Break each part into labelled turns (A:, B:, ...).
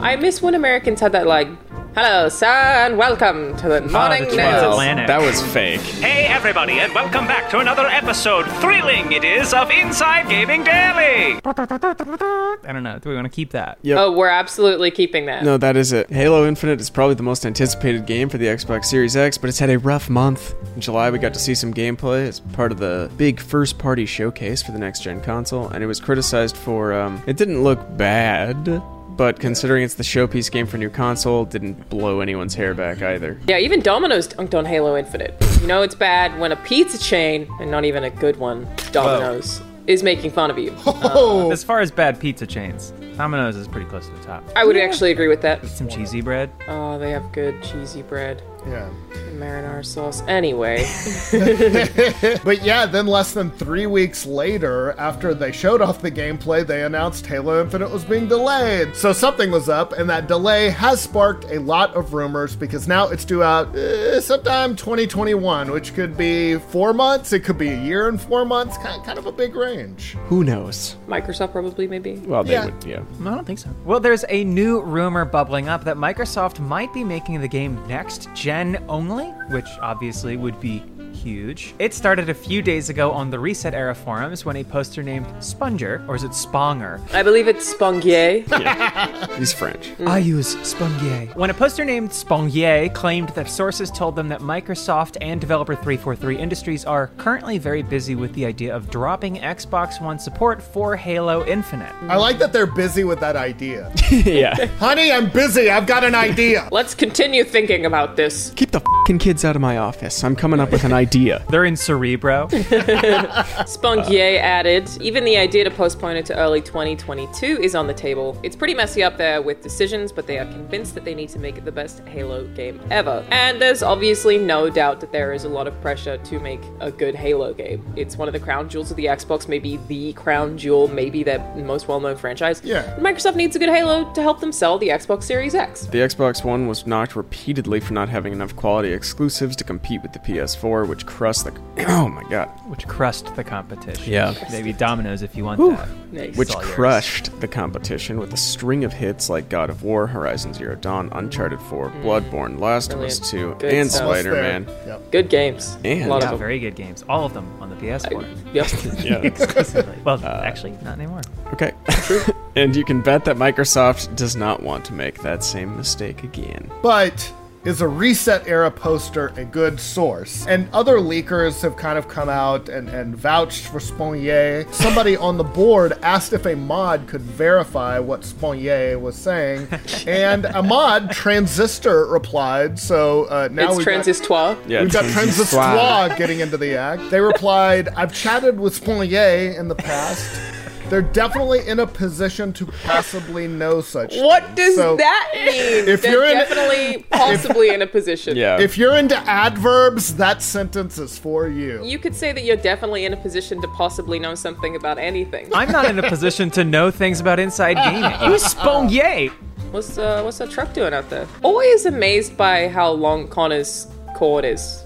A: I miss when Americans had that like, "Hello, sir, and welcome to the morning news."
B: transatlantic.
C: That was fake.
D: Hey, everybody, and welcome back to another episode. Thrilling it is of Inside Gaming Daily.
B: I don't know. Do we want to keep that?
C: Yep.
A: Oh, we're absolutely keeping that.
C: No, that is it. Halo Infinite is probably the most anticipated game for the Xbox Series X, but it's had a rough month. In July, we got to see some gameplay as part of the big first party showcase for the next gen console, and it was criticized for um, it didn't look bad. But considering it's the showpiece game for new console, didn't blow anyone's hair back either.
A: Yeah, even Domino's dunked on Halo Infinite. You know it's bad when a pizza chain, and not even a good one, Domino's, is making fun of you.
B: As far as bad pizza chains, Domino's is pretty close to the top.
A: I would actually agree with that.
B: Some cheesy bread.
A: Oh, they have good cheesy bread
E: Yeah.
A: and marinara sauce. Anyway,
E: But yeah, then less than three weeks later, after they showed off the gameplay, they announced Halo Infinite was being delayed. So something was up, and that delay has sparked a lot of rumors because now it's due out uh, sometime 2021, which could be four months, it could be a year and four months, kind, kind of a big range.
C: Who knows?
A: Microsoft probably maybe.
C: Well, they
E: Yeah.
C: would, yeah.
B: I don't think so. Well, there's a new rumor bubbling up that Microsoft might be making the game next gen only, which obviously would be huge. It started a few days ago on the Reset Era forums when a poster named Sponger, or is it Sponger?
A: I believe it's Spongier.
C: He's French.
B: I use Spongier. When a poster named Spongier claimed that sources told them that Microsoft and developer 343 Industries are currently very busy with the idea of dropping Xbox One support for Halo Infinite.
E: I like that they're busy with that idea.
C: yeah.
E: Honey, I'm busy, I've got an idea.
A: Let's continue thinking about this.
C: Keep the fing kids out of my office. I'm coming up with an idea.
B: They're in Cerebro.
A: Spongier added, even the idea to postpone it to early 2022 is on the table. It's pretty messy up there with decisions, but they are convinced that they need to make it the best Halo game ever. And there's obviously no doubt that there is a lot of pressure to make a good Halo game. It's one of the crown jewels of the Xbox, maybe the crown jewel, maybe their most well known franchise.
E: Yeah.
A: Microsoft needs a good Halo to help them sell the Xbox Series X.
C: The Xbox One was knocked repeatedly for not having enough quality exclusives to compete with the PS4, which crushed the. Oh my god.
B: which crushed the competition.
C: Yeah.
B: Maybe Domino's if you want that.
A: Nice.
C: Which
B: all yours.
C: crushed the competition with a string of hits like God of War, Horizon Zero Dawn, Uncharted 4, Bloodborne, Last of Us 2,
A: Hmm. Brilliant. Good
C: and
A: stuff.
C: Spider
E: There.
C: Man.
E: Yep.
A: Good games.
C: And-
A: a lot
B: Yeah,
A: of them.
B: very good games. All of them on the PS4.
A: Yep.
B: Exclusively. Well,
A: Uh.
B: actually, not anymore.
C: Okay. and you can bet that Microsoft does not want to make that same mistake again.
E: but is a reset era poster a good source? And other leakers have kind of come out and, and vouched for Spongier. Somebody on the board asked if a mod could verify what Spongier was saying, and a mod transistor replied. So uh, now
A: It's
E: we've got-
A: Transistoire.
C: Yeah,
E: We've got
C: Transistor.
E: Transistor getting into the act. They replied, I've chatted with Spongier in the past. They're definitely in a position to possibly know such
A: What
E: things."
A: does
E: So-
A: that mean?
E: if
A: They're
E: you're in-
A: definitely, possibly in a position.
C: Yeah.
E: If you're into adverbs, that sentence is for you.
A: You could say that you're definitely in a position to possibly know something about anything.
B: I'm not in a position to know things about inside gaming. Who's Spongier?
A: What's uh, what's that truck doing out there? Always amazed by how long Connor's cord is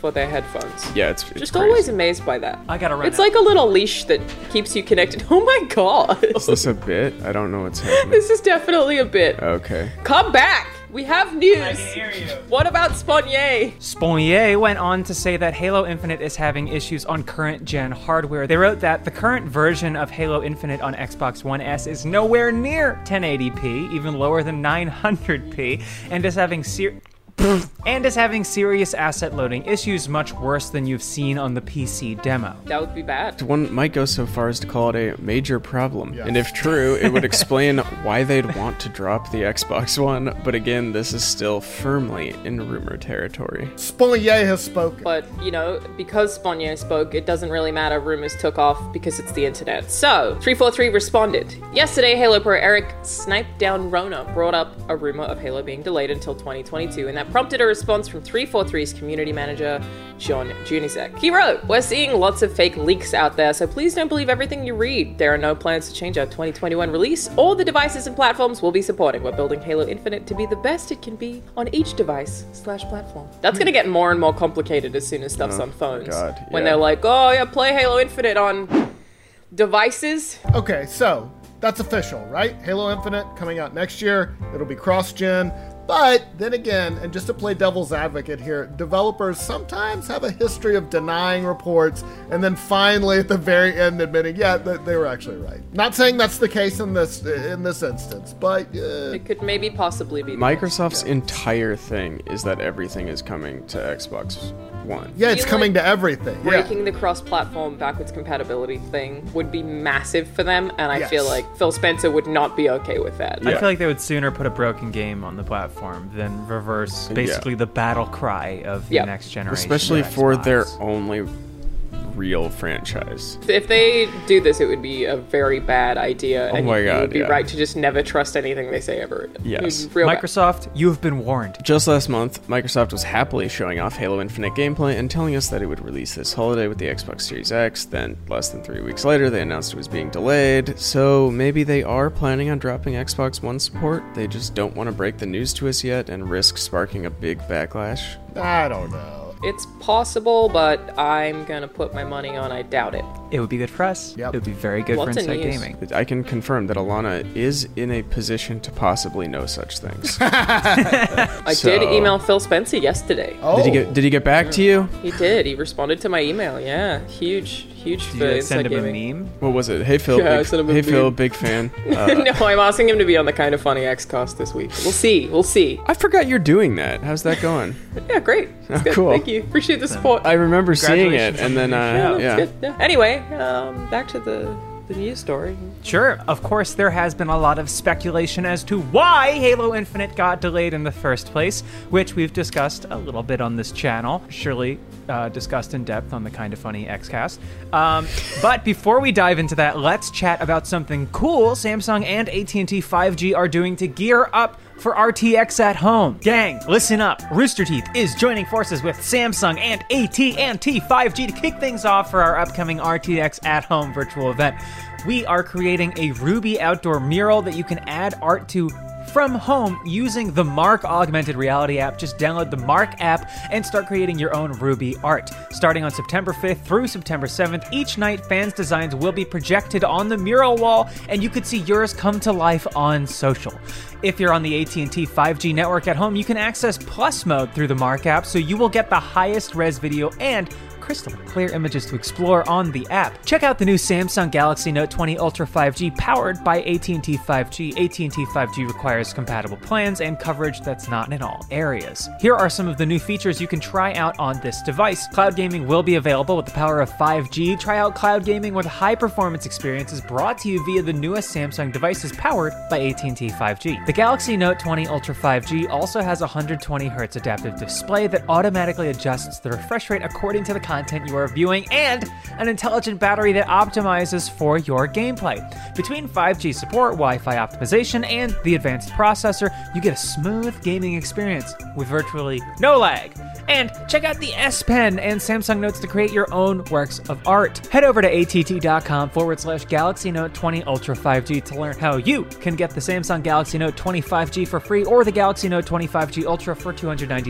A: for their headphones.
C: yeah, it's, it's
A: Just
C: crazy.
A: always amazed by that.
B: I gotta run
A: It's
B: out.
A: like a little leash that keeps you connected. Oh my god.
C: Is this a bit? I don't know what's happening.
A: this is definitely a bit.
C: Okay.
A: Come back. We have news. What about Sponier?
B: Spongier went on to say that Halo Infinite is having issues on current gen hardware. They wrote that the current version of Halo Infinite on Xbox One S is nowhere near 1080p, even lower than 900p, and is having ser- and is having serious asset loading issues much worse than you've seen on the PC demo.
A: That would be bad.
C: One might go so far as to call it a major problem. And if true, it would explain why they'd want to drop the Xbox One. But again, this is still firmly in rumor territory.
E: Spolier has spoken.
A: But, you know, because Sponier spoke, it doesn't really matter. Rumors took off because it's the internet. So, 343 responded. Yesterday, Halo Pro Eric Snipe Down Rona brought up a rumor of Halo being delayed until 2022, and that prompted a response from 343's community manager, John Junisek. He wrote, We're seeing lots of fake leaks out there, so please don't believe everything you read. There are no plans to change our 2021 release. All the devices and platforms we'll be supporting. We're building Halo Infinite to be the best it can be on each device slash platform. That's gonna get more and more complicated as soon as stuff's on phones.
C: God,
A: When
C: yeah.
A: they're like, oh yeah, play Halo Infinite on devices.
E: Okay, so That's official, right? Halo Infinite coming out next year. It'll be cross gen. But then again, and just to play devil's advocate here, developers sometimes have a history of denying reports and then finally at the very end admitting, yeah, th- they were actually right. Not saying that's the case in this in this instance, but uh,
A: It could maybe possibly be.
C: Microsoft's entire thing is that everything is coming to Xbox One.
E: yeah, it's
A: feel
E: coming
A: like
E: to everything. Yeah.
A: breaking the cross-platform backwards compatibility thing would be massive for them, and I
E: Yes.
A: feel like Phil Spencer would not be okay with that.
B: I feel like they would sooner put a broken game on the platform than reverse basically the battle cry of the
A: Yeah.
B: next generation.
C: Especially
B: of
C: for their
B: Xbox.
C: only real franchise.
A: If they do this, it would be a very bad idea, and
C: Oh my
A: you- you
C: God,
A: would be
C: yeah.
A: right to just never trust anything they say ever. again. It would
C: Yes.
A: be real bad.
B: Microsoft, you have been warned.
C: Just last month, Microsoft was happily showing off Halo Infinite gameplay and telling us that it would release this holiday with the Xbox Series X. Then, less than three weeks later, they announced it was being delayed. So, maybe they are planning on dropping Xbox One support. They just don't want to break the news to us yet and risk sparking a big backlash.
E: I don't know.
A: It's possible, but I'm gonna put my money on I doubt it.
B: It would be good for us.
E: Yep.
B: It would be very good
A: Lots
B: for
A: of
B: Inside
A: news.
B: Gaming.
C: I can confirm that Alana is in a position to possibly know such things.
A: I did email Phil Spencer yesterday.
E: Oh,
C: Did he get Did he get back to you?
A: He did. He responded to my email. Yeah, huge, huge for
B: Did you
A: Inside
B: send him
A: Gaming.
B: a meme?
C: What was it? Hey Phil.
A: Yeah, I
C: big,
A: sent him a
C: hey
A: meme.
C: Phil, big fan. Uh,
A: no, I'm asking him to be on the kind of funny X cost this week. We'll see. We'll see.
C: I forgot you're doing that. How's that going?
A: Yeah, great. It's
C: Oh,
A: good.
C: cool.
A: Thank you. Appreciate the support.
C: I remember seeing it,
B: Congratulations
C: and
B: on
C: then
B: the
C: uh,
A: It's
C: yeah.
A: good. Yeah. Anyway, um, back to the the news story.
B: Sure, of course, there has been a lot of speculation as to why Halo Infinite got delayed in the first place, which we've discussed a little bit on this channel, surely uh, discussed in depth on the Kind of Funny Xcast. Um, but before we dive into that, let's chat about something cool Samsung and AT&T 5G are doing to gear up for RTX at home. Gang, listen up. Rooster Teeth is joining forces with Samsung and AT&T 5G to kick things off for our upcoming RTX at home virtual event. We are creating a Ruby outdoor mural that you can add art to from home using the Mark Augmented Reality app. Just download the Mark app and start creating your own Ruby art. Starting on September 5th through September 7th, each night fans' designs will be projected on the mural wall and you could see yours come to life on social. If you're on the AT&T 5G network at home, you can access Plus mode through the Mark app so you will get the highest res video and crystal clear images to explore on the app. Check out the new Samsung Galaxy Note 20 Ultra 5G powered by AT&T 5G. AT&T 5G requires compatible plans and coverage that's not in all areas. Here are some of the new features you can try out on this device. Cloud gaming will be available with the power of 5G. Try out cloud gaming with high-performance experiences brought to you via the newest Samsung devices powered by AT&T 5G. The Galaxy Note 20 Ultra 5G also has a 120 Hz adaptive display that automatically adjusts the refresh rate according to the content you are viewing and an intelligent battery that optimizes for your gameplay. Between 5G support, Wi Fi optimization, and the advanced processor, you get a smooth gaming experience with virtually no lag. And check out the S Pen and Samsung Notes to create your own works of art. Head over to att.com forward slash Galaxy Note 20 Ultra 5G to learn how you can get the Samsung Galaxy Note 25G for free or the Galaxy Note 25G Ultra for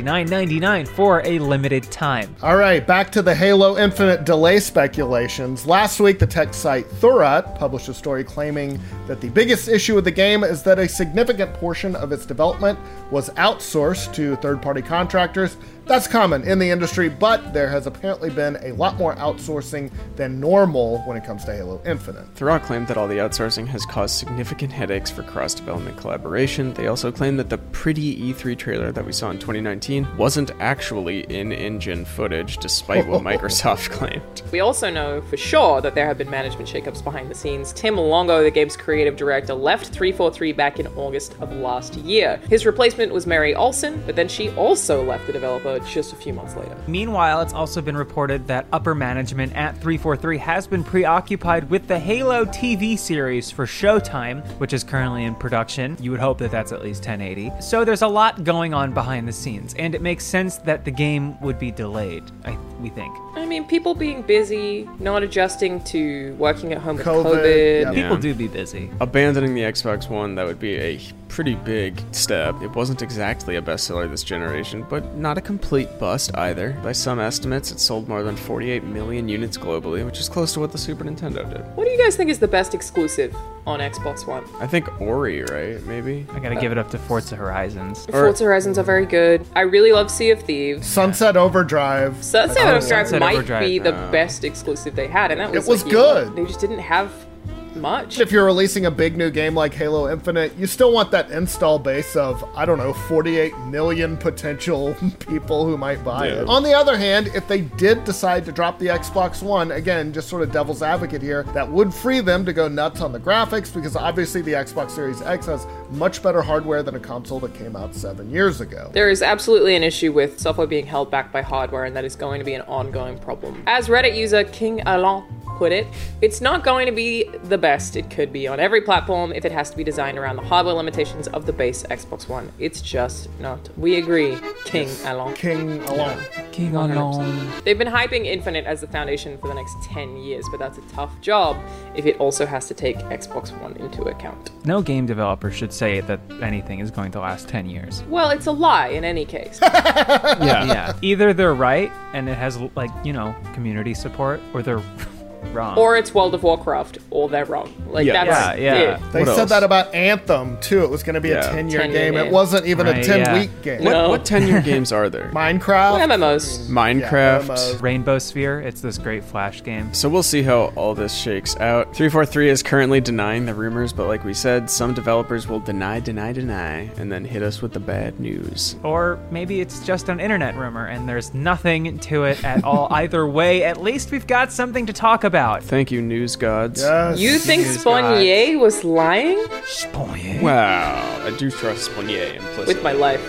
B: $299.99 for a limited time.
E: All right, back to the Halo Infinite delay speculations. Last week, the tech site Thurat published a story claiming that the biggest issue with the game is that a significant portion of its development was outsourced to third party contractors. That's common in the industry, but there has apparently been a lot more outsourcing than normal when it comes to Halo Infinite.
C: Thorat claimed that all the outsourcing has caused significant headaches for cross development collaboration. They also claimed that the pretty E3 trailer that we saw in 2019 wasn't actually in engine footage, despite what Microsoft claimed.
A: We also know for sure that there have been management shakeups behind the scenes. Tim Longo, the game's creative director, left 343 back in August of last year. His replacement was Mary Olson, but then she also left the developer just a few months later.
B: Meanwhile, it's also been reported that upper management at 343 has been preoccupied with the Halo TV series for Showtime, which is currently in production. You would hope that that's at least 1080. So there's a lot going on behind the scenes, and it makes sense that the game would be delayed, I, we think.
A: I mean, people being busy, not adjusting to working at home with
E: COVID,
A: COVID.
E: yeah.
B: People do be busy.
C: Abandoning the Xbox One, that would be a pretty big step. It wasn't exactly a bestseller this generation, but not a com- complete bust either. By some estimates, it sold more than 48 million units globally, which is close to what the Super Nintendo did.
A: What do you guys think is the best exclusive on Xbox One?
C: I think Ori, right? Maybe?
B: I gotta give it up to Forza Horizons.
C: Or-
A: Forza Horizons are very good. I really love Sea of Thieves.
E: Sunset Overdrive.
A: Sunset Overdrive
B: Sunset
A: might
B: Overdrive,
A: be the
C: no.
A: best exclusive they had, and that was
E: was
A: like, you know,
E: good.
A: They just didn't have much.
E: If you're releasing a big new game like Halo Infinite, you still want that install base of, I don't know, 48 million potential people who might buy it. On the other hand, if they did decide to drop the Xbox One, again, just sort of devil's advocate here, that would free them to go nuts on the graphics because obviously the Xbox Series X has much better hardware than a console that came out seven years ago.
A: There is absolutely an issue with software being held back by hardware, and that is going to be an ongoing problem. As Reddit user King Alon put it, it's not going to be the best it could be on every platform if it has to be designed around the hardware limitations of the base Xbox One. It's just not. We agree, King Alon.
E: King alone.
B: King Unknown.
A: They've been hyping Infinite as the foundation for the next 10 years, but that's a tough job if it also has to take Xbox One into account.
B: No game developer should say that anything is going to last 10 years.
A: Well, it's a lie in any case.
B: Yeah. Either they're right and it has, like, you know, community support, or they're wrong.
A: or it's World of Warcraft, or they're wrong. Like,
C: Yeah.
A: that's
B: Yeah, yeah.
A: it.
E: They
C: What
E: said
C: else?
E: that about Anthem too. It was going to be a
C: Yeah.
E: 10 year
A: 10-year
E: game. It
A: game.
E: wasn't even a
B: Right,
E: 10
B: yeah.
E: week game.
A: No.
C: What, what 10 year games are there?
E: Minecraft.
A: MMOs.
C: Minecraft.
E: Yeah, MMOs.
B: Rainbow Sphere, it's this great Flash game.
C: So we'll see how all this shakes out. 343 is currently denying the rumors, but like we said, some developers will deny, deny, deny, and then hit us with the bad news.
B: Or maybe it's just an internet rumor and there's nothing to it at all. Either way, at least we've got something to talk about.
C: Thank you, news gods.
E: Yes.
A: You think
B: Jesus,
A: Spawnier was lying?
C: Wow, I do trust Sponier implicitly.
A: With my life.